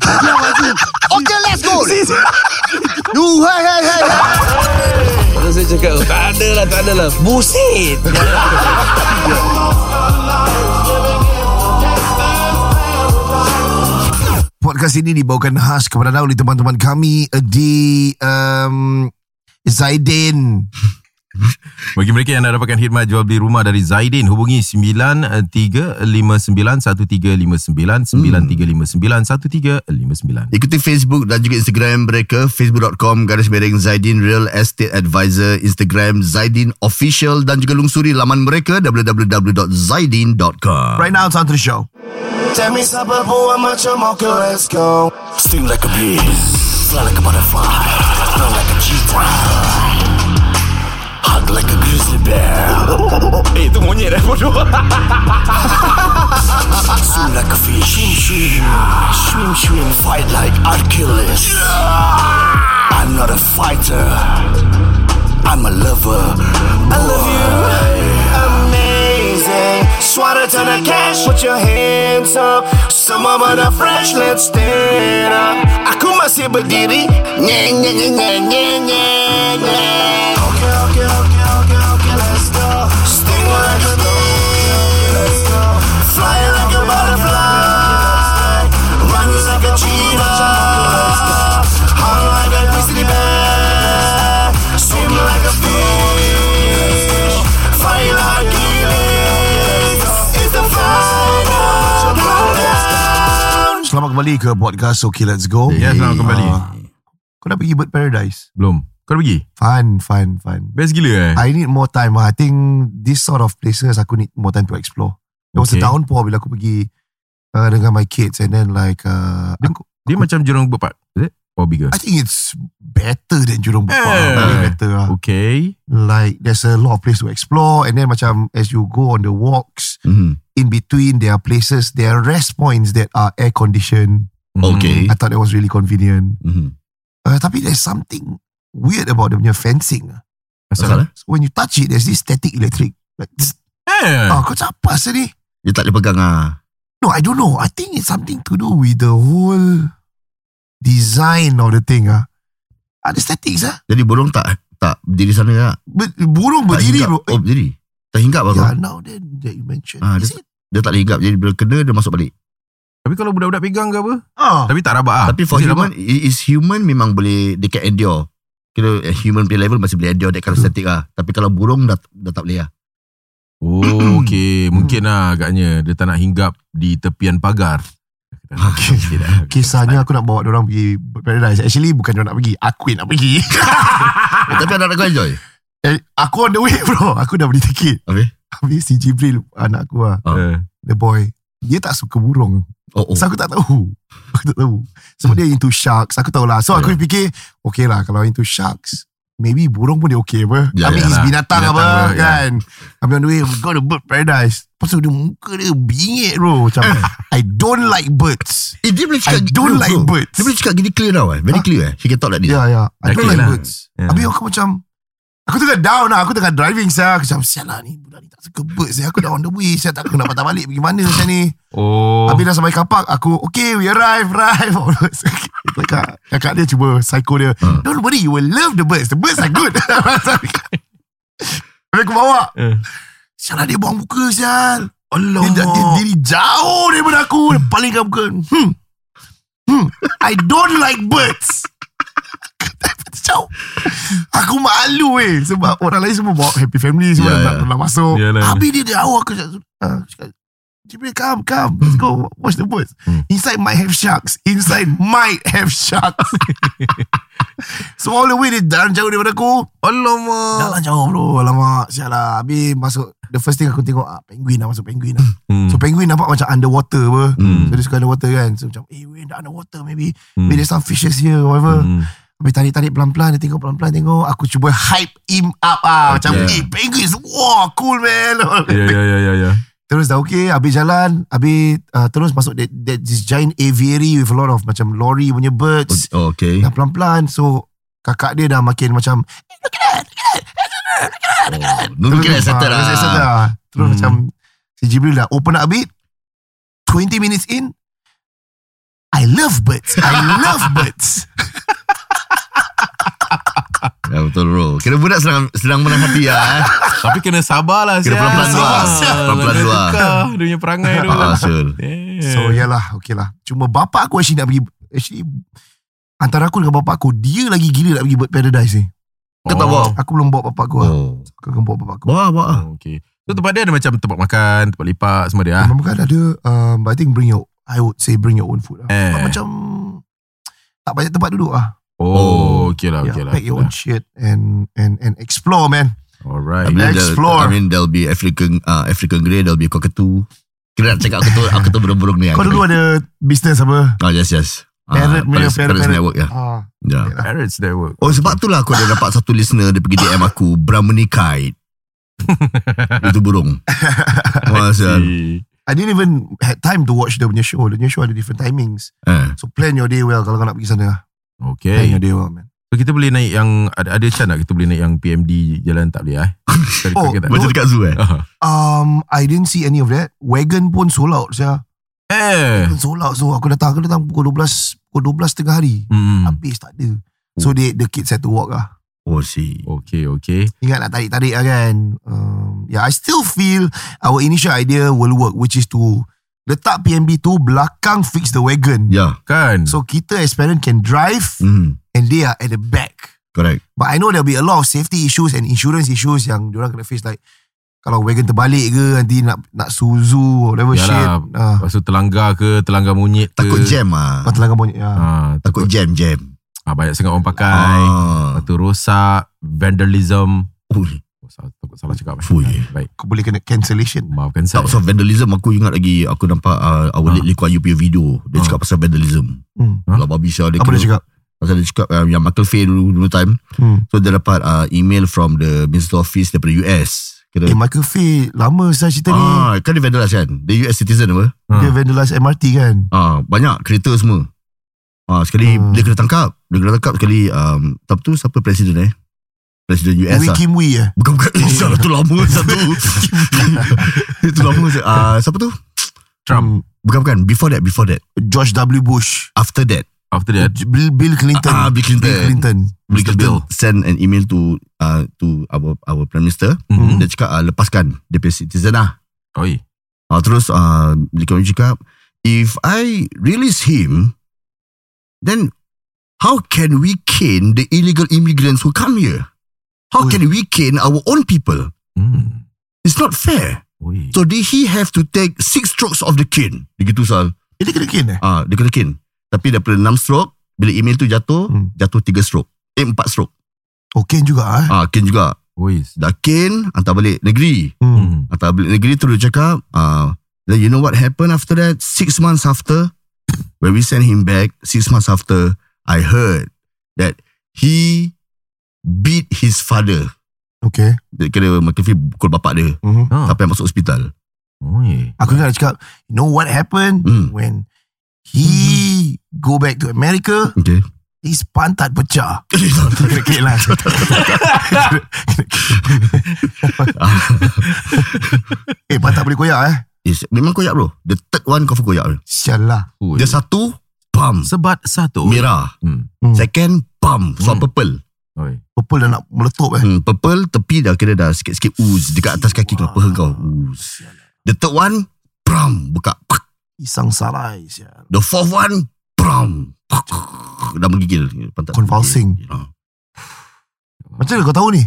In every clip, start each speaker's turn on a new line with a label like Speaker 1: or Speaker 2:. Speaker 1: Okay, let's go. You, hai, hai, hai.
Speaker 2: Terus saya cakap Tak ada lah tak ada lah Buset
Speaker 1: Podcast ini dibawakan khas kepada anda oleh teman-teman kami eh, di um, Zaidin.
Speaker 3: Bagi mereka yang nak dapatkan khidmat jual beli rumah dari Zaidin, hubungi 9359 1359 9359 1359.
Speaker 4: Ikuti Facebook dan juga Instagram mereka facebook.com garis miring Zaidin Real Estate Advisor Instagram Zaidin Official dan juga lungsuri laman mereka www.zaidin.com
Speaker 1: Right now, it's on to the show.
Speaker 5: Tell me something, boy, I'm much more good, let's go. Sting like a bee, fly like a butterfly, run like a cheetah, hug like a grizzly bear. eh, itu monyet eh, bodoh. Swim like a fish, swim, swim, swim, swim, fight like Achilles. I'm not a fighter, I'm a lover. I love you. Amazing. Swatter to the cash, put your hands up. Some of the fresh, let's stand up. Aku masih berdiri. Nye, nye, nye, nye, nye, nye, nye. Okay, okay, okay, okay, okay, let's go. Sting like a bee. Let's go. Fly like a butterfly. Run like a cheetah. Hung like a grizzly bear. Swim like a fish. Fight like Achilles. It's the final countdown.
Speaker 1: Selamat kembali ke podcast Okay Let's Go.
Speaker 3: Ya, selamat kembali.
Speaker 1: Ah, kau dah pergi Bird Paradise?
Speaker 3: Belum. Kau dah pergi?
Speaker 1: Fun, fun, fun.
Speaker 3: Best gila eh?
Speaker 1: I need more time. I think this sort of places aku need more time to explore. There was
Speaker 3: Okay.
Speaker 1: a downpour bila aku pergi uh, dengan my kids and then like uh,
Speaker 3: Dia-
Speaker 1: aku,
Speaker 3: Dia macam Jurong Bird Park. Is it? Or bigger?
Speaker 1: I think it's better than Jurong Bukit.
Speaker 3: Eh.
Speaker 1: Really better lah.
Speaker 3: Okay.
Speaker 1: Like there's a lot of place to explore and then macam as you go on the walks
Speaker 4: Mhm.
Speaker 1: in between there are places there are rest points that are air conditioned.
Speaker 3: Hmm.
Speaker 4: Okay.
Speaker 1: I thought that was really convenient.
Speaker 4: Mhm.
Speaker 1: Uh, tapi there's something weird about the punya fencing. uh.
Speaker 3: Asal?
Speaker 4: eh?
Speaker 1: So when you touch it, there's this static electric. Like, tss,
Speaker 3: Eh.
Speaker 1: ah, kau macam apa sih ni?
Speaker 4: Dia tak boleh pegang ah.
Speaker 1: No, I don't know. I think it's something to do with the whole design of the thing. Ah, ah the statics ah.
Speaker 4: Jadi burung tak tak berdiri sana tak?
Speaker 1: Ber- burung
Speaker 4: Tak
Speaker 1: berdiri
Speaker 4: hinggap.
Speaker 1: bro. Ya.
Speaker 4: Oh berdiri. Tak hinggap apa?
Speaker 1: Yeah, now then that you mentioned.
Speaker 4: Ah,
Speaker 1: Is it?
Speaker 4: Dia tak boleh hinggap Jadi bila kena dia masuk balik
Speaker 3: Tapi kalau budak-budak pegang ke apa?
Speaker 1: Ah,
Speaker 3: Tapi tak rabak ah.
Speaker 4: Tapi for
Speaker 3: Is it
Speaker 4: human i- Is human memang boleh They can endure Kira eh, human punya level Masih boleh endure That kind of static lah Tapi kalau burung Dah, dah tak boleh lah Hmm.
Speaker 3: Oh, okay. Mungkin lah agaknya dia tak nak hinggap di tepian pagar.
Speaker 4: Okay.
Speaker 1: kisahnya aku nak bawa orang pergi Bird paradise. Actually bukan dia nak pergi, aku yang nak pergi.
Speaker 4: Eh, Tapi anak-anak kau enjoy
Speaker 1: Eh, aku on the way bro. Aku dah beli tiket.
Speaker 4: Habis?
Speaker 1: Habis si Jibril anak aku lah,
Speaker 3: Eh,
Speaker 1: the boy. Dia tak suka burung.
Speaker 4: Oh, oh.
Speaker 1: So aku tak tahu. Aku tak tahu. Sebab dia into sharks. Aku tahu lah. So aku fikir, okay lah kalau into sharks. Maybe burung pun dia okay apa.
Speaker 4: Ya,
Speaker 1: I
Speaker 3: ya
Speaker 1: mean, it's
Speaker 3: lah.
Speaker 1: binatang,
Speaker 3: Binatang
Speaker 1: apa
Speaker 3: apa, ya.
Speaker 1: kan. Habis on the way, we go to bird paradise. Lepas tu dia muka dia bingit bro. Macam, I don't like birds.
Speaker 4: Eh, dia boleh cakap
Speaker 1: I
Speaker 4: No,
Speaker 1: don't like
Speaker 4: bro.
Speaker 1: birds. Ah.
Speaker 4: Dia boleh cakap gini clear now eh. Very clear eh. She can talk like this.
Speaker 1: Ya, ya. I don't
Speaker 3: Okay
Speaker 1: like
Speaker 3: lah.
Speaker 1: birds.
Speaker 3: Ya.
Speaker 1: Habis aku macam, aku tengah down lah. Aku tengah driving saya. Aku macam, sial lah ni. Budak ni tak suka birds. eh. Aku dah on the way. Saya tak tahu nak patah balik. Pergi mana saya ni.
Speaker 3: Oh.
Speaker 1: Habis dah sampai kapak Aku okay we arrive Arrive Oh, Kakak Kakak dia cuba Psycho dia
Speaker 4: Hmm.
Speaker 1: Don't worry You will love the birds The birds are good Habis aku bawa
Speaker 3: Eh.
Speaker 1: Sial lah dia buang muka Sial
Speaker 3: Allah.
Speaker 1: dia, dia, dia diri jauh daripada aku Dia palingkan muka Hmm Hmm I don't like birds Jauh Aku malu eh Sebab orang lain semua Bawa happy family
Speaker 4: Ya,
Speaker 1: Semua yeah, nak,
Speaker 4: ya.
Speaker 1: nak masuk
Speaker 3: Yalah.
Speaker 1: Habis dia jauh Aku cakap ah, aku cakap, Jibril come come Let's go Watch the birds
Speaker 3: Hmm.
Speaker 1: Inside might have sharks Inside might have sharks So all the way Dia jalan jauh daripada aku
Speaker 3: Alamak.
Speaker 1: Jalan lah, jauh bro Alamak Sial lah Habis masuk The first thing aku tengok ah, Penguin lah Masuk penguin lah
Speaker 3: Hmm.
Speaker 1: So penguin nampak macam underwater apa.
Speaker 3: Hmm.
Speaker 1: So dia suka underwater kan. So macam eh we in the underwater maybe.
Speaker 3: Hmm.
Speaker 1: Maybe there's some fishes here or whatever.
Speaker 3: Hmm.
Speaker 1: Habis tarik-tarik pelan-pelan dia tengok pelan-pelan tengok. Aku cuba hype him up ah. Macam eh penguins wow cool man.
Speaker 3: Ya, ya, ya, ya, ya.
Speaker 1: terus dah okay. Habis jalan. Habis uh, terus masuk that, that, this giant aviary with a lot of macam lorry punya birds.
Speaker 4: Oh, okay.
Speaker 1: Dah pelan-pelan. So kakak dia dah makin macam
Speaker 4: Oh, Nunggu kira settle
Speaker 1: Ah, Kira settle
Speaker 4: lah.
Speaker 1: lah. Terus
Speaker 3: Hmm.
Speaker 1: "Oh, macam si Jibril dah open up a bit. 20 minutes in, I love birds. I love birds.
Speaker 4: Ya, betul bro. Kira budak sedang, sedang menang hati ya. Eh.
Speaker 3: Tapi kena sabar lah
Speaker 4: Kena
Speaker 3: sial.
Speaker 4: pelan-pelan
Speaker 3: Sabar,
Speaker 4: luar.
Speaker 3: sial.
Speaker 4: Pelan-pelan
Speaker 3: Dia
Speaker 4: luar.
Speaker 3: tukar Dia punya perangai tu
Speaker 4: Ah, ya. Syul.
Speaker 3: Damn.
Speaker 1: So yalah, okay lah. Cuma bapak aku actually nak pergi, actually antara aku dengan bapak aku, dia lagi gila nak pergi bird paradise ni.
Speaker 4: Kau tak bawa?
Speaker 1: Aku belum bawa bapak aku lah.
Speaker 4: Oh.
Speaker 1: Aku akan bawa bapak aku.
Speaker 4: Bawa, bawa.
Speaker 3: Oh, okay. So tempat dia ada macam tempat makan, tempat lipat, semua dia lah.
Speaker 1: Memang kan ada, um, but I think bring your, I would say bring your own food lah.
Speaker 3: Eh.
Speaker 1: Sebab Macam, tak banyak tempat duduk lah.
Speaker 3: Oh, okay
Speaker 4: Ya,
Speaker 3: lah, okay
Speaker 1: yeah,
Speaker 3: lah.
Speaker 1: pack
Speaker 3: Okay
Speaker 1: your
Speaker 3: lah.
Speaker 1: own shit and and and explore, man.
Speaker 3: Alright.
Speaker 4: I mean, there'll-
Speaker 1: Explore.
Speaker 4: I mean, there'll be African uh, African grey, there'll be cockatoo. Kira nak cakap aku tu, aku tu burung-burung ni.
Speaker 1: Kau
Speaker 4: aku
Speaker 1: dulu
Speaker 4: ni.
Speaker 1: ada business apa?
Speaker 4: Oh, yes, yes.
Speaker 1: Parrot punya,
Speaker 4: Paris,
Speaker 1: parrot,
Speaker 4: Paris
Speaker 1: parrot.
Speaker 4: Network, ya.
Speaker 1: Ah,
Speaker 4: Yeah.
Speaker 1: okay lah.
Speaker 3: Parrots that work.
Speaker 4: Oh sebab tu lah aku ada dapat satu listener Dia pergi DM aku Brahmani kite Itu burung Wah sial
Speaker 3: See.
Speaker 1: I didn't even had time to watch the punya show. The punya show ada different timings.
Speaker 4: eh.
Speaker 1: So plan your day well kalau kau nak pergi sana. Plan
Speaker 3: Okay.
Speaker 1: your day well, man.
Speaker 3: So kita boleh naik yang, ada, ada chance tak kita boleh naik yang PMD jalan tak boleh eh? Kita
Speaker 1: Oh,
Speaker 3: kita tak-
Speaker 4: Macam dekat zoo eh
Speaker 3: Ah.
Speaker 1: Um, I didn't see any of that. Wagon pun sold out, saya.
Speaker 3: Eh.
Speaker 1: Pun sold out. So aku datang, aku datang pukul 12, pukul 12 tengah hari.
Speaker 3: Hmm.
Speaker 1: Habis tak ada. So they, the kids had to walk lah.
Speaker 4: Oh si
Speaker 3: Okay, okay.
Speaker 1: Ingat nak tarik-tarik lah kan. Um, yeah, I still feel our initial idea will work which is to letak PMB tu belakang fix the wagon.
Speaker 4: Ya
Speaker 3: Kan?
Speaker 1: So kita as parent can drive
Speaker 4: hmm.
Speaker 1: and they are at the back.
Speaker 4: Correct
Speaker 1: But I know there'll be a lot of safety issues and insurance issues yang diorang kena face like kalau wagon terbalik ke nanti nak nak suzu or whatever
Speaker 3: Yalah.
Speaker 1: shit. Ah,
Speaker 3: Lepas tu telanggar ke, telanggar monyet ke.
Speaker 4: Oh, Takut jam ah.
Speaker 1: uh, telangan monyet. Ya.
Speaker 3: Ah,
Speaker 4: Takut jam jam
Speaker 3: ah, banyak sangat orang pakai.
Speaker 4: ah.
Speaker 3: Lepas tu rosak, vandalism.
Speaker 4: Ui,
Speaker 3: Oh, salah, takut salah cakap. eh.
Speaker 4: Fui.
Speaker 3: Baik,
Speaker 1: Kau boleh kena cancellation.
Speaker 3: maafkan saya.
Speaker 4: Tak pasal vandalism Aku ingat lagi Aku nampak uh, Our late Lee Kuan Yew punya video Dia
Speaker 3: Ah.
Speaker 4: cakap pasal vandalism
Speaker 1: Hmm.
Speaker 3: Ah.
Speaker 4: Kalau babi sial dia
Speaker 1: Apa dia
Speaker 4: kena-
Speaker 1: cakap?
Speaker 4: Pasal dia cakap uh, Yang Michael Fay dulu, dulu time
Speaker 1: Hmm.
Speaker 4: So dia dapat uh, email From the Minister Office Daripada US Kira
Speaker 1: Eh, Michael Fay lama saya cerita ni.
Speaker 4: Ah, kan dia vandalize kan Dia US citizen apa
Speaker 1: Dia vandalize MRT kan.
Speaker 4: Ah, banyak kereta semua. Ah, sekali
Speaker 1: Hmm.
Speaker 4: dia kena tangkap. Dia kena tangkap sekali um, tapi tu siapa presiden eh? Presiden US
Speaker 1: Wee
Speaker 4: lah.
Speaker 1: Kim Wee eh.
Speaker 4: Bukan bukan eh, salah tu lama satu. itu lama. Ah, siapa tu?
Speaker 3: Trump.
Speaker 1: Hmm.
Speaker 4: Bukan bukan before that before that.
Speaker 1: George W. Bush.
Speaker 4: After that.
Speaker 3: After that,
Speaker 1: Bill, Bill Clinton.
Speaker 4: Ah, Bill Clinton.
Speaker 1: Bill Clinton.
Speaker 4: Bill
Speaker 3: Mr.
Speaker 4: Clinton
Speaker 3: Bill.
Speaker 4: send an email to uh, to our our prime minister.
Speaker 3: Mhm.
Speaker 4: Dia cakap uh, lepaskan dia punya citizen lah.
Speaker 3: Oi.
Speaker 4: Ah, terus uh, Lee Kuan Yew cakap, if I release him, then how can we cane the illegal immigrants who come here? How
Speaker 1: Oi.
Speaker 4: can we cane our own people?
Speaker 3: Hmm.
Speaker 4: It's not fair.
Speaker 3: Oi.
Speaker 4: So did he have to take six strokes of the cane? Dia gitu Sal.
Speaker 1: Eh, dia kena kin eh?
Speaker 4: Ah, dia kena cane. Tapi daripada enam stroke, bila email tu jatuh,
Speaker 1: Hmm.
Speaker 4: jatuh tiga stroke. Eh, empat stroke.
Speaker 1: Oh, kin juga eh.
Speaker 4: Ah, cane juga.
Speaker 3: Oi.
Speaker 4: Dah cane, hantar balik negeri.
Speaker 1: Hmm.
Speaker 3: Hmm.
Speaker 4: Hantar balik negeri terus dia cakap uh, Then you know what happened after that Six months after When we sent him back Six months after I heard That he Beat his father
Speaker 1: Okay.
Speaker 4: Dia kira McAfee pukul bapak dia
Speaker 1: Mhm.
Speaker 3: Ah.
Speaker 4: Sampai masuk hospital
Speaker 3: Oi.
Speaker 1: Aku ingat dia cakap, you know what happened
Speaker 4: Hmm.
Speaker 1: when he go back to America,
Speaker 4: Okay
Speaker 1: his pantat pecah. Kena kin lah. eh, pantat boleh koyak eh.
Speaker 4: Yes, Memang koyak bro The third one confirm koyak bro.
Speaker 1: Sial lah.
Speaker 3: Oi.
Speaker 4: Dia satu Pam
Speaker 3: Sebat satu.
Speaker 4: Merah
Speaker 3: Hmm.
Speaker 1: Hmm.
Speaker 4: Second Pam So
Speaker 3: Hmm.
Speaker 4: purple
Speaker 3: Oi.
Speaker 1: Purple dah nak meletup eh.
Speaker 4: hmm, Purple tepi dah kira dah Sikit-sikit ooze Dekat atas kaki kau Apa kau ooze
Speaker 1: Sial lah.
Speaker 4: The third one, pram, buka.
Speaker 1: Isang sarai sial.
Speaker 4: The fourth one, pram. Dah menggigil. Pantat
Speaker 1: Convulsing.
Speaker 4: Ah.
Speaker 1: Macam mana kau tahu ni?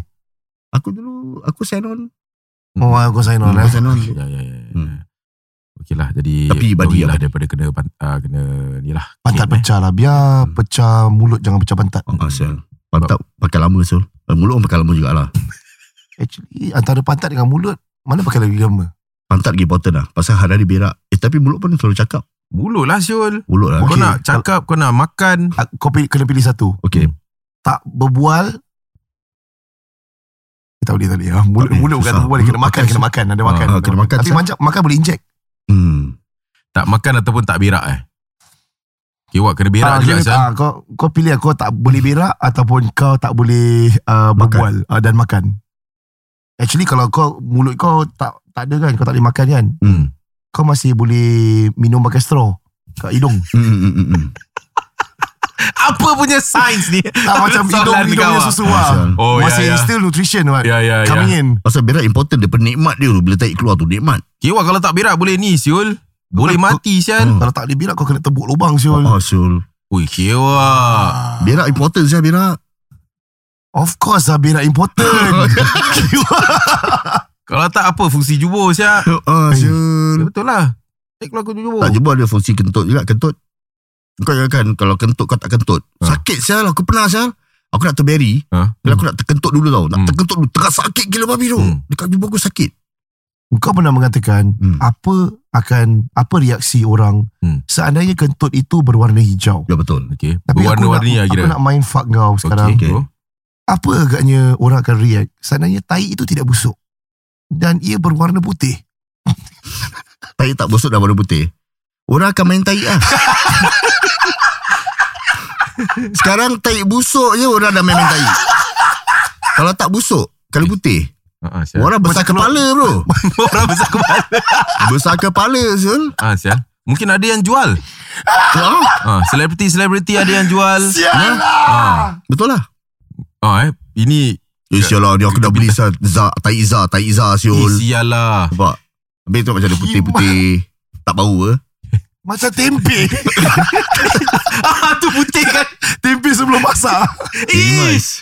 Speaker 4: Aku dulu, aku sign on. Hmm.
Speaker 1: Oh, aku sign on
Speaker 4: Aku
Speaker 1: eh.
Speaker 4: sign on.
Speaker 3: Hmm. Ya, ya, ya. ya.
Speaker 4: Hmm.
Speaker 3: Okey lah, jadi
Speaker 4: Tapi badi
Speaker 3: lah
Speaker 4: apa?
Speaker 3: daripada kena pan- ah, kena ni lah. Kek,
Speaker 1: Pantat
Speaker 3: eh.
Speaker 1: pecah lah. Biar
Speaker 4: Hmm.
Speaker 1: pecah mulut, jangan pecah pantat.
Speaker 4: Oh, asal. Pantat pakai lama, Sul. Eh, mulut pun pakai lama jugalah.
Speaker 1: Actually antara pantat dengan mulut mana pakai lagi lama?
Speaker 4: Pantat lagi important lah. Pasal hari-hari berak. Eh, tapi mulut pun selalu cakap.
Speaker 3: Mulut lah Syul.
Speaker 4: Mulut lah.
Speaker 3: Kau
Speaker 1: Okey.
Speaker 3: nak cakap, kau nak makan.
Speaker 1: Ah, Kau pilih, kena pilih satu. Hmm.
Speaker 4: Okay.
Speaker 1: Tak berbual. Eh, Tak boleh tak boleh. Ah, Mulut,
Speaker 4: Tak boleh,
Speaker 1: mulut bukan
Speaker 4: susah.
Speaker 1: berbual. Kena
Speaker 4: Mulut
Speaker 1: makan,
Speaker 4: pakai
Speaker 1: kena
Speaker 4: se-
Speaker 1: makan. Ada
Speaker 3: Ah,
Speaker 1: makan.
Speaker 4: ah, kena makan,
Speaker 1: Tapi
Speaker 4: Ustaz.
Speaker 1: macam makan boleh inject.
Speaker 4: Hmm.
Speaker 3: Tak makan ataupun tak berak eh. Okay, Wak, kena berak
Speaker 1: Ah,
Speaker 3: juga
Speaker 1: kira-
Speaker 3: Syul.
Speaker 1: ah, kau, kau pilih kau tak boleh berak ataupun kau tak boleh uh, berbual ah, dan makan. Actually kalau kau mulut kau tak tak ada kan, kau tak boleh makan kan.
Speaker 4: Hmm.
Speaker 1: Kau masih boleh minum pakai straw. Kat hidung
Speaker 4: Mm, mm, mm, mm.
Speaker 3: Apa punya sains ni?
Speaker 1: tak, Macam hidung
Speaker 3: Soalan
Speaker 1: Hidung
Speaker 3: kau
Speaker 1: punya
Speaker 3: ah.
Speaker 1: susu lah
Speaker 3: Oh, ya,
Speaker 1: Masih
Speaker 3: ya.
Speaker 1: still nutrition right?
Speaker 3: Ya, ya,
Speaker 1: Coming in
Speaker 4: Pasal berat important Daripada nikmat dia tu Bila tarik keluar tu nikmat
Speaker 3: Kewa kalau tak berak boleh ni siul. Boleh mati sial.
Speaker 4: Hmm.
Speaker 1: Kalau tak dia berak Kau kena tebuk lubang Syul
Speaker 4: Oh Syul
Speaker 3: Ui kewa.
Speaker 4: Berak important saya berak
Speaker 1: Of course lah berak
Speaker 3: Oh,
Speaker 1: important
Speaker 3: Kalau tak apa fungsi jubur siap.
Speaker 4: Oh
Speaker 1: Hmm.
Speaker 4: Syul
Speaker 3: Betul lah. Eh kalau aku jubur.
Speaker 4: Tak jumpa ada fungsi kentut juga Kentut Kau kan Kalau kentut kau tak kentut
Speaker 3: Ha.
Speaker 4: Sakit Syul Aku pernah Syul Aku nak terberi
Speaker 3: Ha?
Speaker 4: Bila aku nak terkentut dulu tau Nak
Speaker 3: Hmm.
Speaker 4: terkentut dulu Tengah sakit gila babi tu
Speaker 3: Hmm.
Speaker 4: Dekat jumpa aku sakit
Speaker 1: Kau pernah mengatakan
Speaker 4: Hmm.
Speaker 1: Apa akan Apa reaksi orang
Speaker 3: Hmm.
Speaker 1: Seandainya kentut itu Berwarna hijau
Speaker 4: Ya betul
Speaker 3: Okey.
Speaker 1: Tapi
Speaker 3: Berwarna-warni lah
Speaker 1: aku nak,
Speaker 3: kira.
Speaker 1: aku nak main fuck kau sekarang
Speaker 3: Okey.
Speaker 4: Okey.
Speaker 1: Apa agaknya Orang akan react Seandainya tai itu tidak busuk Dan ia berwarna putih
Speaker 4: Tai tak busuk dah warna putih Orang akan main tai lah Sekarang tai busuk je Orang dah main-main tai Kalau tak busuk Kalau putih
Speaker 3: Ha sial.
Speaker 4: Orang besar
Speaker 1: Macam
Speaker 4: kepala bro
Speaker 3: Orang besar kepala.
Speaker 4: Besar kepala Zul
Speaker 3: Ha sial. Mungkin ada yang jual.
Speaker 4: ha,
Speaker 3: Ha selebriti-selebriti ada yang jual.
Speaker 1: Sial
Speaker 3: Ha.
Speaker 4: Ya, Betul lah
Speaker 3: Ha eh ini
Speaker 4: Eh sial lah Ni aku dah beli sah, za, Tai Iza Tai Iza
Speaker 3: eh,
Speaker 4: siul
Speaker 3: sial lah.
Speaker 4: Nampak Habis tu macam ada putih-putih Tak bau eh? ke
Speaker 1: Macam tempe
Speaker 3: Ah tu putih kan.
Speaker 1: Tempe sebelum masak
Speaker 3: Ish.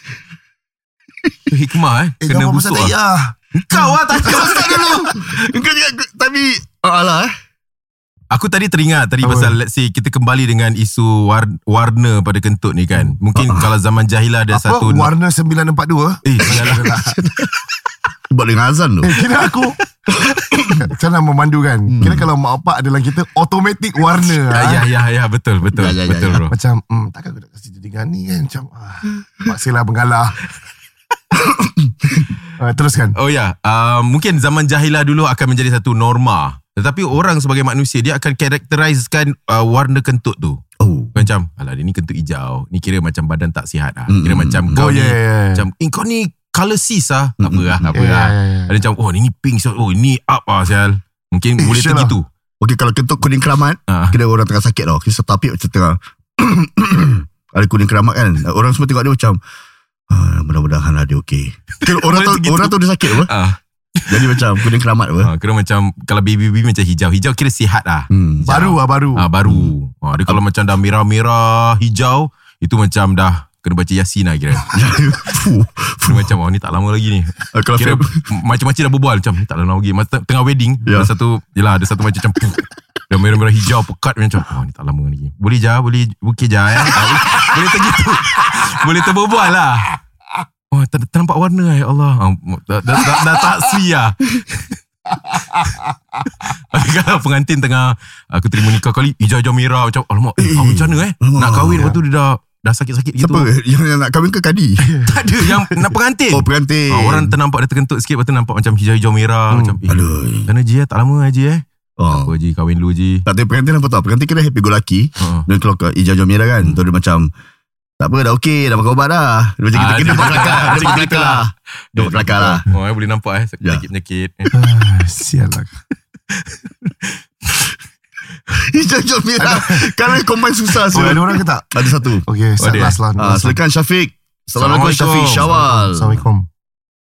Speaker 3: Tu hikmah eh.
Speaker 1: Eh
Speaker 3: Kena
Speaker 1: jangan pasal
Speaker 3: busuk
Speaker 1: tai
Speaker 3: lah.
Speaker 1: lah
Speaker 3: Kau lah tak kau pasal dulu.
Speaker 4: Kau juga Tapi Alah eh
Speaker 3: Aku tadi teringat tadi
Speaker 1: Apa?
Speaker 3: pasal let's say kita kembali dengan isu war, warna pada kentut ni kan. Mungkin kalau zaman jahilah ada
Speaker 1: Ah. Apa
Speaker 3: satu
Speaker 1: warna 942
Speaker 3: Eh, janganlah.
Speaker 4: Buat dengan azan tu
Speaker 1: Eh kira aku Macam nak memandukan Kira kalau mak opak dalam kita Automatic warna
Speaker 3: Hmm. ya,
Speaker 1: ah.
Speaker 3: ya, ya, ya, betul, betul,
Speaker 4: Ya, ya, ya,
Speaker 3: betul,
Speaker 4: ya.
Speaker 3: bro.
Speaker 1: Macam hmm, Takkan aku nak kasi dia dengan ni kan Macam ah, Paksalah mengalah uh, Teruskan
Speaker 3: Oh ya, uh, mungkin zaman jahilah dulu akan menjadi satu norma. Tetapi orang sebagai manusia dia akan karakterizekan uh, warna kentut tu.
Speaker 4: Oh
Speaker 3: Bukan Macam, alah dia ni kentut hijau. Ni kira macam badan tak sihat ah.
Speaker 4: Mm,
Speaker 3: Kira
Speaker 4: mm,
Speaker 3: macam
Speaker 1: Oh
Speaker 3: kau
Speaker 1: yeah,
Speaker 3: ni
Speaker 1: yeah, yeah.
Speaker 3: macam eh, kau ni color sis ah. Tak
Speaker 4: Mm,
Speaker 3: apa
Speaker 4: mm,
Speaker 3: lah, tak apa
Speaker 1: yeah,
Speaker 3: lah.
Speaker 1: yeah, yeah,
Speaker 3: Ada macam oh ni pink so, oh ni up ah sial. Mungkin
Speaker 1: Eh,
Speaker 3: boleh
Speaker 1: sure lah.
Speaker 3: tergitu.
Speaker 4: Okay kalau ketuk kuning keramat
Speaker 3: Ah.
Speaker 4: Kira orang tengah sakit tau Kita tapik macam tengah Ada kuning keramat kan Orang semua tengok dia macam ah, Mudah-mudahan lah dia okey Kira orang tahu
Speaker 3: Boleh gitu.
Speaker 4: Orang tahu dia sakit apa
Speaker 3: Ah,
Speaker 4: Jadi macam kuning keramat apa
Speaker 3: ah, kira macam kalau baby-baby macam hijau. Hijau kira sihat ah.
Speaker 4: Hmm.
Speaker 1: Baru lah baru
Speaker 3: Ah baru. Ah dia kalau macam dah merah-merah, hijau, itu macam dah kena baca yasin lah kira.
Speaker 4: Fuh.
Speaker 3: Kira macam oh ni tak lama lagi ni.
Speaker 4: Ah, Kalau
Speaker 3: Kira
Speaker 4: kira,
Speaker 3: m- macam-macam dah berbual macam ni tak lah, lama lagi. Masa tengah wedding,
Speaker 4: Ya.
Speaker 3: ada satu yalah ada satu macam macam puh. Dah merah-merah hijau pekat macam oh ni tak lama lagi. Boleh ja, boleh bukit ja eh. Ah, boleh- boleh tergitu. Boleh terberbual lah. Oh, tak, tak nampak warna eh, ya Allah. Ah, Dah, dah, dah, dah tak sui lah. Tapi kalau pengantin tengah aku terima nikah kali hijau-hijau merah macam alamak eh, ah, macam mana eh
Speaker 4: Alamak.
Speaker 3: nak kahwin lepas tu dia dah dah sakit-sakit gitu.
Speaker 4: siapa yang, yang nak kahwin ke Kadi?
Speaker 3: Tak ada yang nak pengantin.
Speaker 4: Oh pengantin.
Speaker 3: Ah, orang ternampak dia terkentut sikit Lepas tu nampak macam hijau-hijau merah hmm. Macam eh, Aduh.
Speaker 4: Aduh.
Speaker 3: Kena Ji eh Tak lama eh Ji eh
Speaker 4: Oh.
Speaker 3: Apa Ji kahwin dulu Ji
Speaker 4: Tak tahu pengantin apa tau. Pengantin kira happy go lucky.
Speaker 3: Ha.
Speaker 4: Dan kalau ke hijau merah kan.
Speaker 3: Hmm.
Speaker 4: Tu dia macam tak apa dah okey dah makan ubat dah. Dia macam
Speaker 3: Ah,
Speaker 4: kita
Speaker 3: dia
Speaker 4: kena buat
Speaker 3: macam-
Speaker 4: kelakar. Dia
Speaker 3: macam
Speaker 4: buat
Speaker 3: gitu
Speaker 4: kelakar
Speaker 3: lah.
Speaker 4: lah. Dia buat kelakar lah.
Speaker 3: Oh eh, boleh nampak eh
Speaker 4: Ya.
Speaker 3: Sakit-sakit
Speaker 1: ah, Sial lah
Speaker 4: Hijau merah. Kalau combine susah
Speaker 1: oh, Ada
Speaker 4: Syul.
Speaker 1: orang ke tak?
Speaker 4: Ada satu.
Speaker 1: Okay
Speaker 3: Oh,
Speaker 1: start
Speaker 3: ada,
Speaker 1: last lah
Speaker 4: Ah,
Speaker 1: last lah.
Speaker 4: silakan Syafiq. Assalamualaikum Syafiq
Speaker 3: Assalamualaikum.
Speaker 4: Syawal.
Speaker 1: Assalamualaikum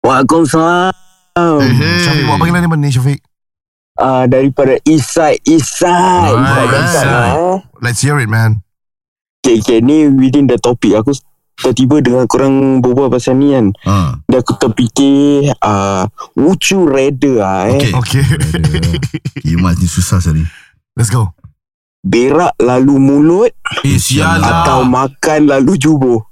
Speaker 2: Waalaikumsalam
Speaker 4: Eh, eh.
Speaker 1: Syafiq buat panggilan ni mana ni Syafiq?
Speaker 2: Ah, Daripada East Side East Side
Speaker 3: Ah,
Speaker 2: East
Speaker 4: East
Speaker 2: Side lah, eh.
Speaker 1: Let's hear it man
Speaker 2: Okay, okay Ni within the topic Aku tiba-tiba dengar korang berbual pasal ni kan
Speaker 4: Ah,
Speaker 2: Dan aku terfikir uh, Would you rather lah
Speaker 4: Okey.
Speaker 2: eh
Speaker 1: Okay
Speaker 4: Kimas ni susah sekali.
Speaker 1: Let's go
Speaker 2: Berak lalu mulut
Speaker 3: Eh sial
Speaker 2: Atau
Speaker 3: lah
Speaker 2: makan lalu jubur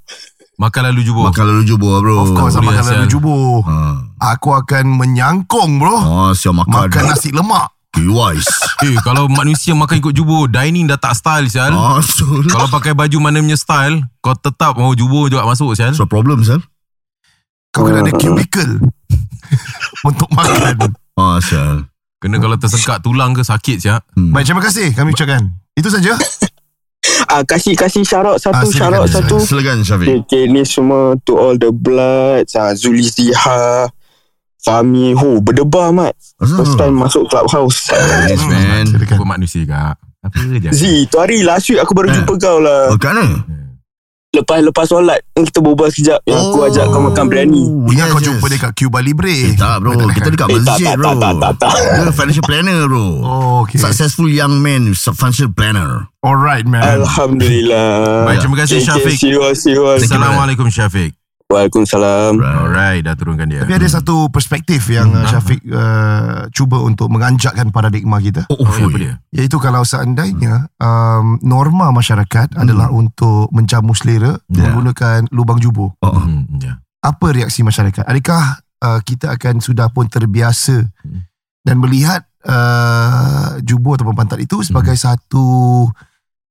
Speaker 3: Makan lalu jubur
Speaker 4: Makan lalu jubur bro.
Speaker 1: Oh. Of course
Speaker 3: boleh, Oh,
Speaker 1: Abang
Speaker 3: sial.
Speaker 1: akan lalu jubur
Speaker 4: Ah.
Speaker 1: Aku akan menyangkung bro
Speaker 4: Oh, siap makan.
Speaker 1: Makan lah. nasi lemak
Speaker 4: Kiwais.
Speaker 3: Eh kalau manusia makan ikut jubur Dining dah tak style
Speaker 1: Kan?
Speaker 3: sial
Speaker 4: Ah, Syul.
Speaker 3: Kalau pakai baju mana punya style Kau tetap mau jubur juga masuk sial
Speaker 4: So problem Syul.
Speaker 1: Kau kena ada cubicle Untuk makan
Speaker 4: Ah, Syul.
Speaker 3: Kena kalau tersengkak tulang ke sakit sial
Speaker 4: Hmm.
Speaker 1: Baik terima kasih kami ucapkan Itu saja
Speaker 2: Ah Kasih kasih syarat
Speaker 1: Ah,
Speaker 2: satu
Speaker 1: silakan,
Speaker 2: Syarat
Speaker 1: silakan.
Speaker 2: satu
Speaker 4: Silakan
Speaker 2: Okay,
Speaker 4: Syafiq.
Speaker 2: okay, ni semua to all the bloods. Ah, Zuli Ziha, Fahmi, ho, berdebar mat.
Speaker 4: Asal
Speaker 2: First
Speaker 4: tu?
Speaker 2: time masuk clubhouse.
Speaker 4: Yes, man.
Speaker 1: Silakan
Speaker 3: Kau manusia kak Apa je?
Speaker 2: Z, tu hari last week aku baru
Speaker 4: Eh.
Speaker 2: jumpa kau lah.
Speaker 4: Oh, kat mana?
Speaker 3: Eh.
Speaker 2: Lepas-lepas solat, yang kita berbual sekejap. Yang
Speaker 3: Oh.
Speaker 2: aku ajak kau makan biryani.
Speaker 1: Ingat kau jumpa dekat Cuba Libre.
Speaker 4: Oh, Eh, tak bro, kita dekat
Speaker 2: Eh, tak,
Speaker 4: masjid
Speaker 2: tak,
Speaker 4: bro.
Speaker 2: tak, tak, tak, tak.
Speaker 4: Dia financial planner bro.
Speaker 1: Oh, okay.
Speaker 4: Successful young man, financial planner.
Speaker 1: Alright, man.
Speaker 2: Alhamdulillah.
Speaker 3: Baik, terima kasih
Speaker 2: Okay, okay,
Speaker 3: Syafiq.
Speaker 2: See you all, see you all.
Speaker 4: Thank you, brother.
Speaker 3: Assalamualaikum Syafiq.
Speaker 2: Waalaikumsalam.
Speaker 4: Right.
Speaker 3: Alright, dah turunkan dia.
Speaker 1: Tapi ada satu perspektif yang
Speaker 4: Hmm.
Speaker 1: uh, Syafiq uh, cuba untuk menganjakkan paradigma kita.
Speaker 4: Oh,
Speaker 3: Oh, apa
Speaker 4: oh,
Speaker 3: dia?
Speaker 1: Iaitu kalau seandainya um, norma masyarakat adalah untuk menjamu selera
Speaker 4: Hmm. Ya.
Speaker 1: menggunakan lubang jubur.
Speaker 4: oh.
Speaker 3: Hmm, ya.
Speaker 1: Apa reaksi masyarakat? Adakah uh, kita akan sudah pun terbiasa
Speaker 3: Hmm.
Speaker 1: dan melihat uh, jubur ataupun pantat itu sebagai satu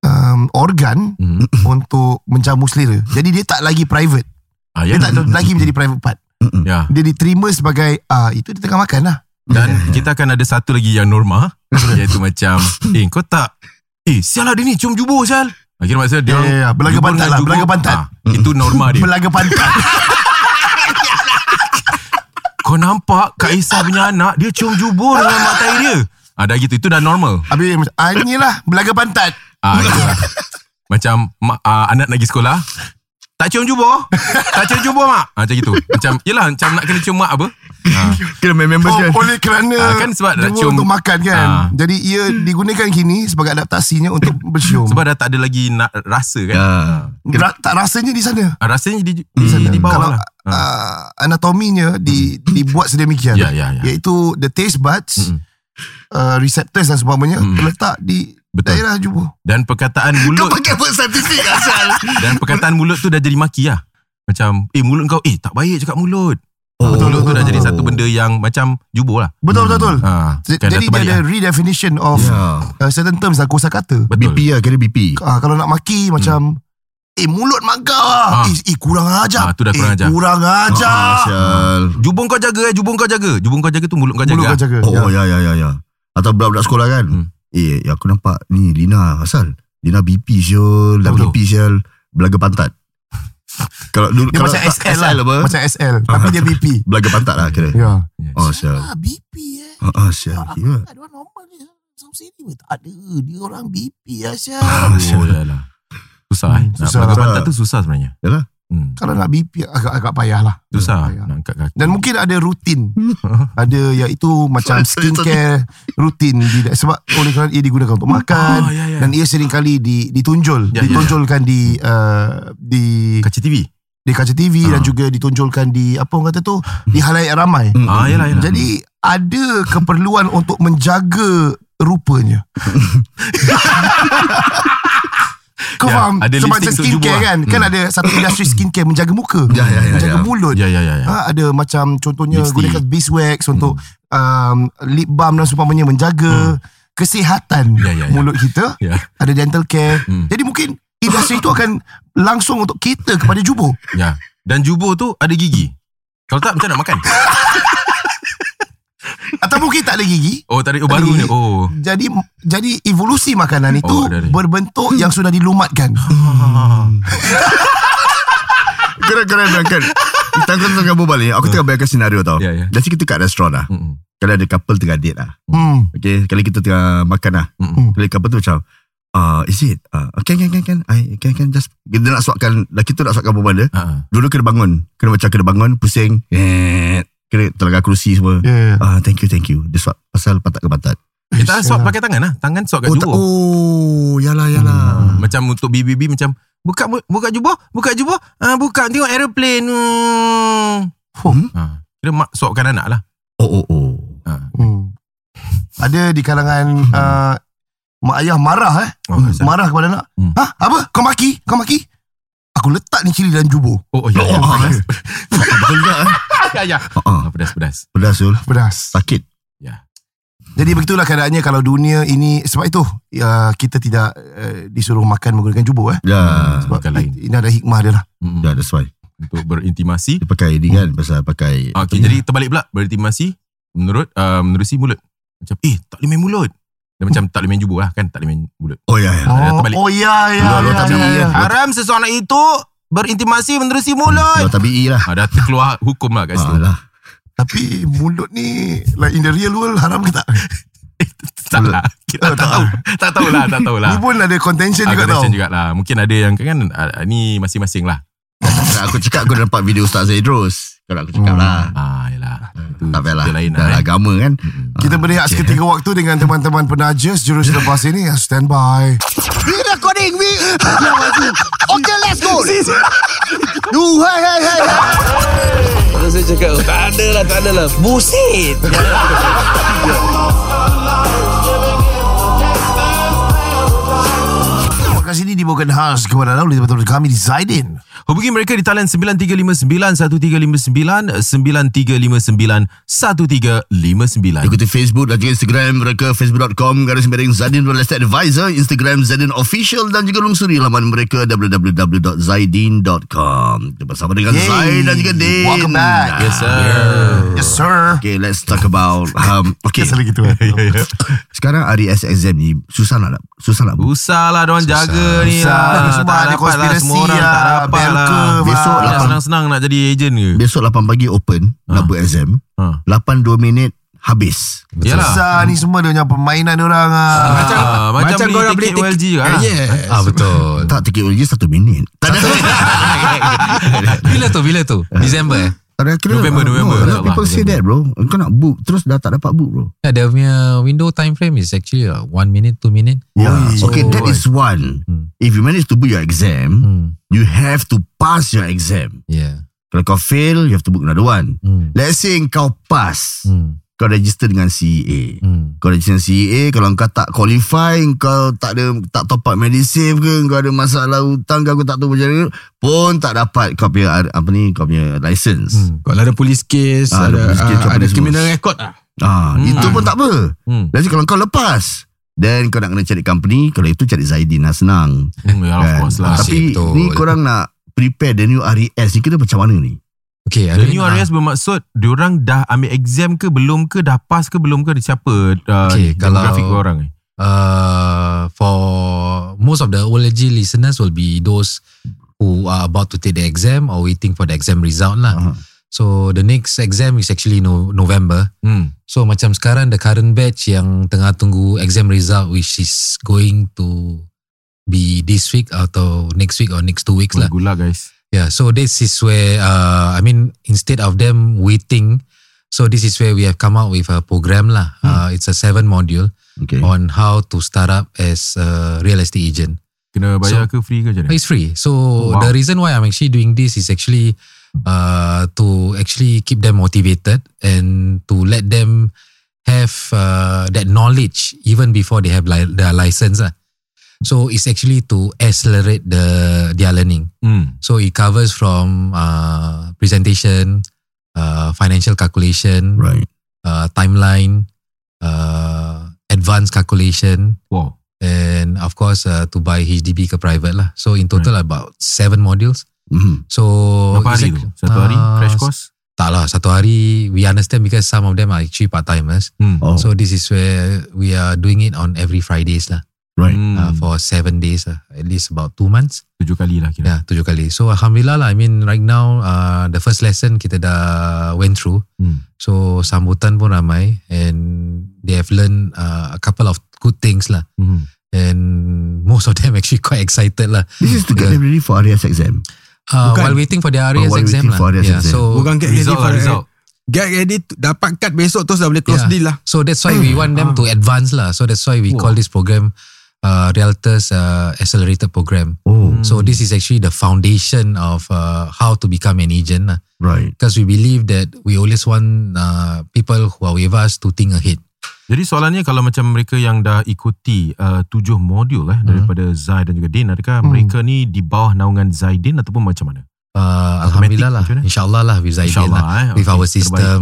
Speaker 1: um, organ
Speaker 3: Hmm.
Speaker 1: untuk menjamu selera. Jadi dia tak lagi private.
Speaker 3: Ah, ya.
Speaker 1: Dia Eh, tak lagi menjadi private part.
Speaker 3: Ya.
Speaker 1: Dia diterima sebagai ah itu dia tengah makan lah.
Speaker 3: Dan kita akan ada satu lagi yang norma iaitu macam eh kau tak eh sial lah dia ni cium jubur sial. Akhirnya maksudnya dia
Speaker 1: Ya, ya, ya. Belaga
Speaker 3: jubur
Speaker 1: pantat
Speaker 3: dengan
Speaker 1: lah,
Speaker 3: jubur,
Speaker 1: belaga pantat.
Speaker 3: ah, itu norma dia.
Speaker 1: Belaga pantat.
Speaker 3: Kau nampak Kak Isa punya anak dia cium jubur dengan mak tai dia. Ah dah gitu itu dah normal.
Speaker 1: Habis macam, ah, inilah belaga pantat.
Speaker 3: Ah gitu lah. Macam mak, ah, anak nak pergi sekolah tak cium jubur. Tak cium jubur mak. Ah macam gitu. Macam yalah macam nak kena cium mak apa? Ah.
Speaker 4: Kena members
Speaker 1: Oh, oleh kerana
Speaker 3: Ah, kan sebab dah
Speaker 1: jubur
Speaker 3: cium-
Speaker 1: untuk makan kan.
Speaker 3: Ah.
Speaker 1: Jadi ia digunakan kini sebagai adaptasinya untuk bercium.
Speaker 3: Sebab dah tak ada lagi nak rasa kan.
Speaker 4: Ya.
Speaker 1: Ra- tak rasanya di sana.
Speaker 3: Ah, rasanya di di, di
Speaker 1: Hmm. Kalau
Speaker 3: bawah lah. Ah.
Speaker 1: uh, anatominya di, dibuat sedemikian.
Speaker 3: Ya ya Hmm. ya.
Speaker 1: Iaitu the taste buds,
Speaker 3: Mm-mm.
Speaker 1: uh, receptors dan sebagainya
Speaker 3: Mm.
Speaker 1: terletak di
Speaker 3: Betul.
Speaker 1: daerah jubur.
Speaker 3: Dan perkataan
Speaker 4: Kau
Speaker 3: mulut
Speaker 4: pakai buat statistik asal.
Speaker 3: Dan perkataan mulut tu dah jadi maki lah Macam Eh mulut kau Eh tak baik cakap mulut
Speaker 4: Oh, Ya.
Speaker 3: Betul Mulut tu dah jadi satu benda yang Macam jubur lah
Speaker 1: Betul, betul, betul.
Speaker 3: ha,
Speaker 1: Jadi
Speaker 3: kan, dah
Speaker 1: dia
Speaker 3: terbalik
Speaker 1: ada
Speaker 3: lah.
Speaker 1: redefinition of
Speaker 4: Ya.
Speaker 1: uh, certain terms lah, kosa kata.
Speaker 3: Betul
Speaker 4: BP lah, kena BP.
Speaker 1: Ah, kalau nak maki macam eh mulut mak kau ah.
Speaker 3: Hmm. Ah.
Speaker 1: Eh, eh kurang ajar.
Speaker 3: Ah, tu dah kurang
Speaker 1: eh,
Speaker 3: ajar.
Speaker 1: kurang ajar.
Speaker 4: Ah, Asal.
Speaker 3: Jubung kau jaga eh Jubung kau jaga Jubung kau jaga tu mulut kau jaga
Speaker 1: Mulut kau
Speaker 3: lah.
Speaker 1: jaga.
Speaker 4: Oh, ya, ya, ya, ya. Atau budak-budak sekolah kan.
Speaker 3: Hmm.
Speaker 4: Eh, aku nampak ni Lina asal. Lina BP sial, dah
Speaker 3: Betul.
Speaker 4: BP sial, belaga pantat. kalau dulu
Speaker 1: Dia
Speaker 4: kalau
Speaker 1: macam
Speaker 4: tak-
Speaker 1: SL, lah.
Speaker 4: apa?
Speaker 1: Macam SL. Tapi dia BP.
Speaker 4: Belaga pantat lah kira.
Speaker 1: Ya.
Speaker 3: Yes.
Speaker 4: Oh, sial.
Speaker 1: BP eh.
Speaker 4: Ah, ah, sial. Ya.
Speaker 1: Ada orang normal dia. Sama sini pun tak ada. Dia orang BP lah sial.
Speaker 4: Ah,
Speaker 3: Oh ya lah Susah eh
Speaker 1: Hmm,
Speaker 3: Nak
Speaker 1: susah.
Speaker 3: pakai pantat tu susah sebenarnya
Speaker 4: Yalah.
Speaker 3: hmm.
Speaker 1: Kalau nak BP agak-agak payah lah.
Speaker 3: Susah
Speaker 1: Agak payah.
Speaker 3: Nak angkat kaki
Speaker 1: Dan mungkin ada rutin. ada iaitu macam skincare rutin. Di, sebab oleh kerana ia digunakan untuk makan.
Speaker 3: oh, ya, ya.
Speaker 1: Dan ia sering kali di, ditunjul,
Speaker 3: Ya, ya, ya.
Speaker 1: ditonjolkan di uh, di
Speaker 3: Kaca TV
Speaker 1: di kaca TV
Speaker 3: Ah.
Speaker 1: dan juga ditonjolkan di apa orang kata tu di halayak ramai.
Speaker 4: Hmm.
Speaker 3: Ah yalah yalah
Speaker 1: Jadi ada keperluan untuk menjaga rupanya. Kau
Speaker 3: Ya,
Speaker 1: faham?
Speaker 3: ada
Speaker 1: Sebab
Speaker 3: lipstick
Speaker 1: macam
Speaker 3: untuk
Speaker 1: skincare
Speaker 3: jubur lah.
Speaker 1: kan. Kan
Speaker 3: Hmm.
Speaker 1: ada satu industri skincare menjaga muka,
Speaker 4: Ya, ya, ya,
Speaker 1: menjaga
Speaker 4: ya.
Speaker 1: mulut.
Speaker 3: Ya ya ya ya.
Speaker 1: Ha, ada macam contohnya
Speaker 3: Lipstick. Hmm.
Speaker 1: gunakan beeswax untuk um, lip balm dan seumpamanya menjaga
Speaker 3: Hmm.
Speaker 1: kesihatan
Speaker 3: Ya, ya, ya.
Speaker 1: mulut kita.
Speaker 3: Ya.
Speaker 1: Ada dental care.
Speaker 3: Hmm.
Speaker 1: Jadi mungkin industri itu akan langsung untuk kita kepada jubur.
Speaker 3: Ya. Dan jubur tu ada gigi Kalau tak macam nak makan
Speaker 1: Atau mungkin tak ada gigi.
Speaker 3: Oh tarik oh, baru
Speaker 1: gigi.
Speaker 3: ni Oh
Speaker 1: Jadi jadi evolusi makanan itu
Speaker 3: Oh, ada, ada.
Speaker 1: berbentuk yang sudah dilumatkan.
Speaker 4: Keren keren keren, keren. kan. Kita kau tengah berbual ni Aku tengah bayangkan senario tau
Speaker 3: Ya, Hmm, ya.
Speaker 4: Jadi kita kat restoran lah
Speaker 3: Mm-mm.
Speaker 4: Kalau ada couple tengah date lah
Speaker 1: Hmm.
Speaker 4: Okay Kali kita tengah makan lah
Speaker 3: Mm-mm.
Speaker 4: Kali couple tu macam uh, Is it uh, Okay can can can I can can just Dia nak suapkan Lelaki tu nak suapkan perempuan dia
Speaker 3: Ah, ah.
Speaker 4: Dulu kena bangun Kena macam kena bangun Pusing Eh, Kena terlanggar kerusi semua
Speaker 1: Yeah.
Speaker 4: Ah, thank you, thank you. Dia suap pasal pantat ke pantat.
Speaker 3: Eh, tak swab pakai tangan lah. Tangan swab kat oh,
Speaker 4: Oh, tak,
Speaker 3: jubur.
Speaker 4: oh, yalah, yalah.
Speaker 3: Macam untuk BBB macam buka bu- buka jubur, buka jubur, ah buka tengok aeroplane. Hmm.
Speaker 1: Hmm.
Speaker 3: Ha. Kira mak swabkan anak lah.
Speaker 4: Oh, oh, oh.
Speaker 1: Hmm. Ada di kalangan uh, mak ayah marah eh.
Speaker 3: Hmm. Oh, asal.
Speaker 1: Marah kepada anak.
Speaker 3: Hmm.
Speaker 1: Hah? Apa? Kau maki? Kau maki? Aku letak ni cili dalam jubur.
Speaker 3: Oh, oh ya. ya,
Speaker 4: Oh,
Speaker 3: pedas.
Speaker 4: Betul juga eh.
Speaker 3: ya, ya.
Speaker 4: Ah, ah.
Speaker 3: Ah, pedas pedas.
Speaker 4: Pedas tu.
Speaker 1: Pedas.
Speaker 4: Sakit.
Speaker 1: Jadi begitulah keadaannya kalau dunia ini sebab itu uh, kita tidak uh, disuruh makan menggunakan jubur eh.
Speaker 4: Ya.
Speaker 1: Sebab
Speaker 3: bukan lain.
Speaker 1: it- ini ada hikmah dia lah.
Speaker 3: Mm-mm.
Speaker 4: Ya, that's why.
Speaker 3: Hmm, Untuk berintimasi.
Speaker 4: Dia pakai ni kan, pasal pakai.
Speaker 3: Ah, okay, jadi terbalik pula berintimasi menurut uh, menerusi mulut. Macam eh tak boleh main mulut. Dia macam tak boleh main jubur lah kan tak boleh main mulut.
Speaker 4: Oh, ya, ya.
Speaker 3: Ada
Speaker 1: Oh,
Speaker 3: terbalik.
Speaker 1: oh ya ya
Speaker 4: Luar- luar
Speaker 1: ya.
Speaker 4: tak
Speaker 1: ya,
Speaker 4: boleh,
Speaker 1: ya.
Speaker 4: kan?
Speaker 3: Haram seseorang itu berintimasi menerusi
Speaker 4: Kalau
Speaker 3: mulut.
Speaker 4: tabi'i lah.
Speaker 3: Ah, dah keluar hukum lah
Speaker 4: Ah,
Speaker 3: kat situ.
Speaker 4: Alah.
Speaker 1: Tapi mulut ni like in the real world haram ke tak?
Speaker 3: Eh, tak lah. Kita tak tahu. Tak tahu lah, tak tahu lah.
Speaker 1: Ni pun ada contention juga tau.
Speaker 3: Aggression jugalah. Mungkin ada yang kan ah, ni masing-masing lah.
Speaker 4: Kalau aku cakap aku dah dapat video Ustaz Zaidros. Kalau aku cakap
Speaker 1: Hmm.
Speaker 4: lah.
Speaker 3: Ah, yalah. Itu
Speaker 4: Tak payah lah.
Speaker 3: cerita lain
Speaker 4: Dah
Speaker 3: lah. kan.
Speaker 4: agama kan.
Speaker 1: Kita berehat okay. seketika waktu dengan teman-teman penajas jurus lepas ini. Ah, Stand by.
Speaker 6: We recording, we... okay, let's go. You, hey, hey, hey.
Speaker 7: Terus saya cakap Tak ada lah Tak ada lah Buset
Speaker 1: Podcast ini dibawakan khas kepada anda oleh teman-teman kami di Zaidin.
Speaker 3: Hubungi mereka di talian 9359 1359 9359 1359.
Speaker 4: Ikuti Facebook dan juga Instagram mereka facebook.com garis miring Zaidin Real Estate Advisor, Instagram Zaidin Official dan juga lungsuri laman mereka www.zaidin.com. Kita bersama dengan
Speaker 1: Yay.
Speaker 4: Zaid dan juga Din.
Speaker 1: Welcome back.
Speaker 3: Yes, sir.
Speaker 1: Yes, sir.
Speaker 4: Okay, let's talk about um, okay.
Speaker 1: Yes, lagi tu. eh.
Speaker 4: Sekarang hari SXM ni susah nak susah nak book.
Speaker 3: Usahlah diorang lah, jaga ni lah. Tak
Speaker 1: Sebab ada
Speaker 3: dapat lah,
Speaker 1: konspirasi
Speaker 3: Semua orang tak
Speaker 1: lah.
Speaker 3: dapat lah
Speaker 1: Belka.
Speaker 4: Besok
Speaker 1: Besok
Speaker 3: Nak
Speaker 4: lapan-
Speaker 3: Senang-senang nak jadi ejen ke
Speaker 4: Besok 8 pagi open
Speaker 7: Ah.
Speaker 4: nak book exam.
Speaker 3: Ha.
Speaker 4: 8 2 minit habis.
Speaker 3: Yalah
Speaker 1: Susah ni semua dia punya permainan dia orang. ah.
Speaker 3: Macam Macam,
Speaker 7: macam
Speaker 3: beli
Speaker 7: korang
Speaker 3: tiket
Speaker 7: beli
Speaker 3: OLG
Speaker 4: Eh,
Speaker 3: juga lah.
Speaker 7: Yes Ah betul
Speaker 4: Tak tiket lagi 1 minit. Tak ada.
Speaker 7: Bila tu Bila tu Disember eh
Speaker 4: Tak ada kira
Speaker 3: November,
Speaker 4: no,
Speaker 3: November.
Speaker 4: A lot of people
Speaker 3: Allah,
Speaker 4: say that bro Kau nak book Terus dah tak dapat book bro
Speaker 7: Ya, Dia punya window time frame is actually like one minute, two minute. Ah,
Speaker 4: Yeah.
Speaker 7: so-
Speaker 4: Ah, okay, that is one.
Speaker 7: Ya. Oh. Hmm.
Speaker 4: If you manage to book your exam,
Speaker 7: Hmm.
Speaker 4: you have to pass your exam.
Speaker 7: Yeah.
Speaker 4: Kalau kau fail, you have to book another one.
Speaker 7: Hmm.
Speaker 4: Let's say kau pass,
Speaker 7: Hmm.
Speaker 4: kau register dengan E CEA.
Speaker 7: Hmm.
Speaker 4: Kau register dengan CEA, kalau kau tak qualify, kau tak ada tak top up medisave ke, kau ada masalah hutang ke, aku tak tahu macam mana, pun tak dapat kau punya apa ni, kau punya
Speaker 3: Hmm.
Speaker 4: license.
Speaker 7: hmm.
Speaker 8: Kalau ada polis kes,
Speaker 4: Ah,
Speaker 8: ada,
Speaker 4: ada police case,
Speaker 8: ah,
Speaker 4: kau
Speaker 8: ada
Speaker 4: boleh
Speaker 8: criminal
Speaker 4: sebut.
Speaker 8: record ah.
Speaker 4: Ah,
Speaker 3: Hmm.
Speaker 4: itu pun tak apa.
Speaker 3: Hmm.
Speaker 4: Let's say kalau kau lepas, then kau nak kena cari company, kalau itu cari Zaidin lah senang.
Speaker 3: Hmm, ya, of
Speaker 4: Kan?
Speaker 3: course lah.
Speaker 4: Tapi
Speaker 7: Asyik, betul.
Speaker 4: ni korang nak prepare the new RES ni kira macam mana ni?
Speaker 7: Okay, uh,
Speaker 3: The new RS bermaksud diorang dah ambil exam ke belum ke dah pass ke belum ke siapa uh,
Speaker 7: Okay, kalau-
Speaker 3: demografik orang ni.
Speaker 7: uh, for most of the OLG listeners will be those who are about to take the exam or waiting for the exam result lah.
Speaker 4: Uh-huh.
Speaker 7: So the next exam is actually no, November.
Speaker 3: Hmm.
Speaker 7: So macam sekarang the current batch yang tengah tunggu exam result which is going to be this week atau next week or next two weeks lah.
Speaker 3: Good luck guys.
Speaker 7: Yeah, so this is where uh, I mean instead of them waiting, so this is where we have come out with a program lah.
Speaker 3: Hmm.
Speaker 7: Uh, it's a seven module
Speaker 4: Okay.
Speaker 7: on how to start up as a real estate agent.
Speaker 3: Kena bayar ke free ke macam ni?
Speaker 7: It's free. So
Speaker 3: Wow.
Speaker 7: the reason why I'm actually doing this is actually uh, to actually keep them motivated and to let them have uh, that knowledge even before they have li- their license. lah. So it's actually to accelerate the their learning.
Speaker 3: Hmm.
Speaker 7: So it covers from uh, presentation, uh, financial calculation,
Speaker 4: Right.
Speaker 7: uh, timeline, uh, advanced calculation,
Speaker 3: Wow.
Speaker 7: and of course uh, to buy HDB ke private lah. So in total about seven modules.
Speaker 4: Mm-hmm.
Speaker 7: So
Speaker 3: Hmm. Berapa
Speaker 7: it's
Speaker 3: hari
Speaker 7: like-
Speaker 3: tu? Satu hari?
Speaker 7: Oh, Ah,
Speaker 3: Crash course?
Speaker 7: Tak lah, satu hari. We understand because some of them are actually part timers.
Speaker 3: Hmm.
Speaker 4: Oh.
Speaker 7: So this is where we are doing it on every Fridays lah
Speaker 4: right.
Speaker 3: Hmm.
Speaker 7: uh, for seven days lah, at least about two months.
Speaker 3: Tujuh kali lah kira.
Speaker 7: Ya, tujuh kali. So alhamdulillah lah. I mean right now uh, the first lesson kita dah went through.
Speaker 3: Hmm.
Speaker 7: So sambutan pun ramai and they have learned uh, a couple of good things lah.
Speaker 3: Hmm.
Speaker 7: And most of them actually quite excited lah.
Speaker 4: This is to get them ready for RES exam.
Speaker 7: Uh,
Speaker 8: Bukan.
Speaker 7: while waiting for the
Speaker 4: Oh,
Speaker 7: RAS
Speaker 4: while
Speaker 7: exam
Speaker 4: waiting
Speaker 7: lah.
Speaker 4: for RAS
Speaker 7: yeah,
Speaker 4: exam.
Speaker 7: So
Speaker 8: Bukan get ready
Speaker 3: Result
Speaker 8: for
Speaker 3: lah result.
Speaker 8: Get ready to- dapat kad besok terus dah boleh close
Speaker 7: Yeah.
Speaker 8: deal lah.
Speaker 7: so that's why we want them to
Speaker 4: Hmm.
Speaker 7: advance lah. So that's why we call this program uh, Realtors uh, Accelerated Program.
Speaker 4: Oh,
Speaker 7: So this is actually the foundation of uh, how to become an agent lah.
Speaker 4: right.
Speaker 7: because we believe that we always want uh, people who are with us to think ahead.
Speaker 3: Jadi soalannya kalau macam mereka yang dah ikuti uh, tujuh modul
Speaker 7: Hmm.
Speaker 3: eh daripada Zaid dan juga Din adakah mereka ni di bawah naungan Zaidin ataupun macam mana?
Speaker 7: Uh, Alhamdulillah lah,
Speaker 3: macam mana?
Speaker 7: insyaAllah lah with Zaidin
Speaker 3: InsyaAllah
Speaker 7: lah,
Speaker 3: eh.
Speaker 7: with
Speaker 3: Okay,
Speaker 7: our
Speaker 3: terbaik.
Speaker 7: system.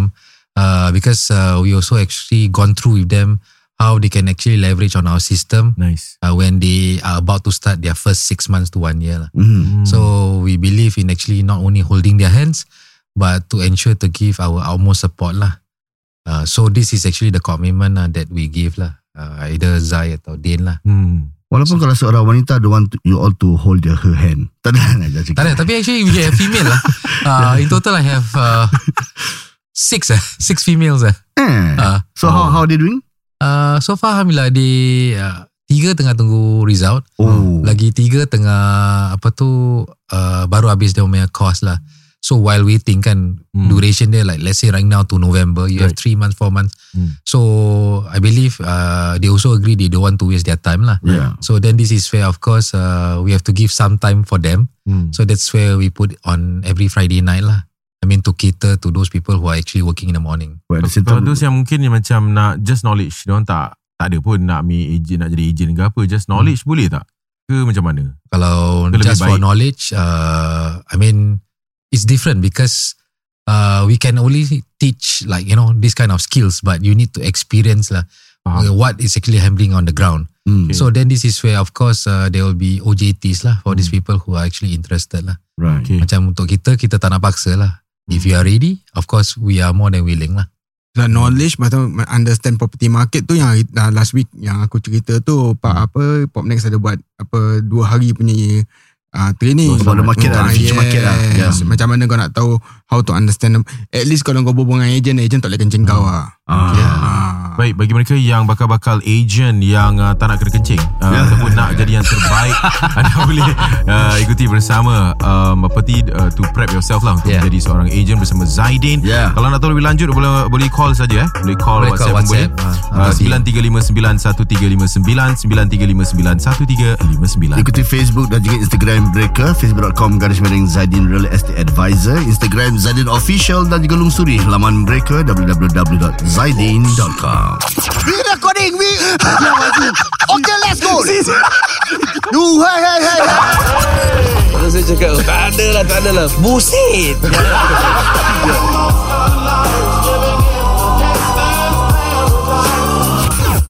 Speaker 7: Uh, because uh, we also actually gone through with them how they can actually leverage on our system
Speaker 3: Nice.
Speaker 7: uh, when they are about to start their first six months to one year. lah.
Speaker 4: Mm.
Speaker 3: Hmm.
Speaker 7: So we believe in actually not only holding their hands, but to ensure to give our utmost support lah. Uh, so this is actually the commitment lah that we give lah. Uh, either Zai atau Din lah.
Speaker 3: Hmm.
Speaker 4: Walaupun kalau seorang wanita don't want to, you all to hold their, her hand. Tak ada nak cakap.
Speaker 7: Tak ada Tapi actually We have female lah uh, In total I have uh, Six uh, Six females uh.
Speaker 4: Eh.
Speaker 7: Ah.
Speaker 4: So how how they doing?
Speaker 7: uh, so far Alhamdulillah di uh, tiga tengah tunggu result.
Speaker 4: Oh.
Speaker 7: Ah, Lagi tiga tengah apa tu uh, baru habis dia punya course lah. So while waiting kan
Speaker 3: Hmm.
Speaker 7: hmm. duration dia like let's say right now to November you right. have three months four months.
Speaker 3: Hmm.
Speaker 7: So I believe uh, they also agree they don't want to waste their time lah.
Speaker 4: Yeah.
Speaker 7: So then this is where of course uh, we have to give some time for them.
Speaker 3: Hmm.
Speaker 7: So that's where we put on every Friday night lah. I mean to cater to those people who are actually working in the morning.
Speaker 4: But at the same
Speaker 3: Kalau
Speaker 4: time,
Speaker 3: those yang mungkin yang macam nak just knowledge, dia orang tak tak ada pun nak ambil agent nak jadi agent ke apa, just knowledge hmm. boleh tak? Ke macam mana?
Speaker 7: Kalau
Speaker 3: Itu lebih
Speaker 7: just for
Speaker 3: baik.
Speaker 7: knowledge, uh, I mean it's different because uh, we can only teach like you know this kind of skills, but you need to experience lah
Speaker 3: Faham.
Speaker 7: what is actually happening on the ground.
Speaker 4: mm,
Speaker 7: So then this is where of course uh, there will be OJTs lah for these people who are actually interested lah.
Speaker 4: right.
Speaker 3: Hmm. Okay. Hmm.
Speaker 7: Macam untuk kita kita tak nak paksa lah. If you are ready, of course we are more than willing lah.
Speaker 8: Like knowledge Macam understand property market tu Yang uh, last week Yang aku cerita tu Pak apa Pop Next ada buat Apa Dua hari punya uh, Training
Speaker 4: About the market
Speaker 8: Ah,
Speaker 4: lah, the future market lah.
Speaker 8: yes.
Speaker 4: Yeah.
Speaker 8: Macam mana kau nak tahu How to understand them. At least kalau kau berbual dengan agent Agent tak boleh kencing kau lah
Speaker 4: Ah.
Speaker 8: Ah.
Speaker 3: Baik bagi mereka yang bakal-bakal agent yang uh, tak nak kena kencing uh, ataupun nak jadi yang terbaik anda boleh uh, ikuti bersama um, apa ti uh, to prep yourself lah untuk yeah.
Speaker 7: Yeah.
Speaker 3: menjadi seorang agent bersama Zaidin.
Speaker 4: Yeah.
Speaker 3: Kalau nak tahu lebih lanjut boleh boleh call saja eh. Boleh call
Speaker 7: Boleh call
Speaker 3: WhatsApp, pun boleh.
Speaker 7: WhatsApp. Ah,
Speaker 3: Uh, 93591359 93591359
Speaker 4: Ikuti Facebook dan juga Instagram mereka Facebook.com garis miring Zaidin Real Estate Advisor Instagram Zaidin Official dan juga lungsuri laman mereka www.zaidin.com
Speaker 6: We recording, we... okay, let's go. You, hey, hey, hey, hey.
Speaker 9: Terus saya cakap Tak ada lah Tak ada lah Buset